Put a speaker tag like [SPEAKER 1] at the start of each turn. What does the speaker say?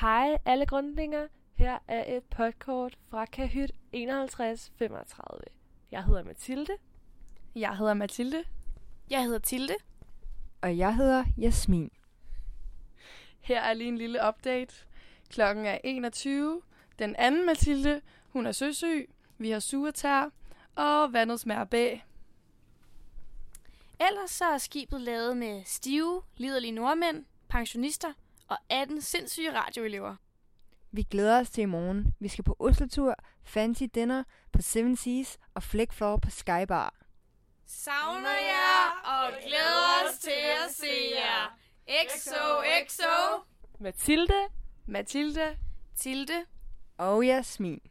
[SPEAKER 1] Hej alle grundlinger. Her er et podkort fra Kahyt 5135. Jeg hedder Mathilde.
[SPEAKER 2] Jeg hedder Mathilde.
[SPEAKER 3] Jeg hedder Tilde.
[SPEAKER 4] Og jeg hedder Jasmin.
[SPEAKER 2] Her er lige en lille update. Klokken er 21. Den anden Mathilde, hun er søsyg. Vi har suretær og vandets mærbe.
[SPEAKER 3] Ellers så er skibet lavet med stive, liderlige nordmænd, pensionister og 18 sindssyge radioelever.
[SPEAKER 4] Vi glæder os til i morgen. Vi skal på Oslo-tur, fancy dinner på Seven Seas og flæk floor på Skybar.
[SPEAKER 3] Savner jer og glæder os til at se jer. XOXO.
[SPEAKER 1] Mathilde.
[SPEAKER 2] Mathilde,
[SPEAKER 3] Tilde.
[SPEAKER 4] Og Jasmin.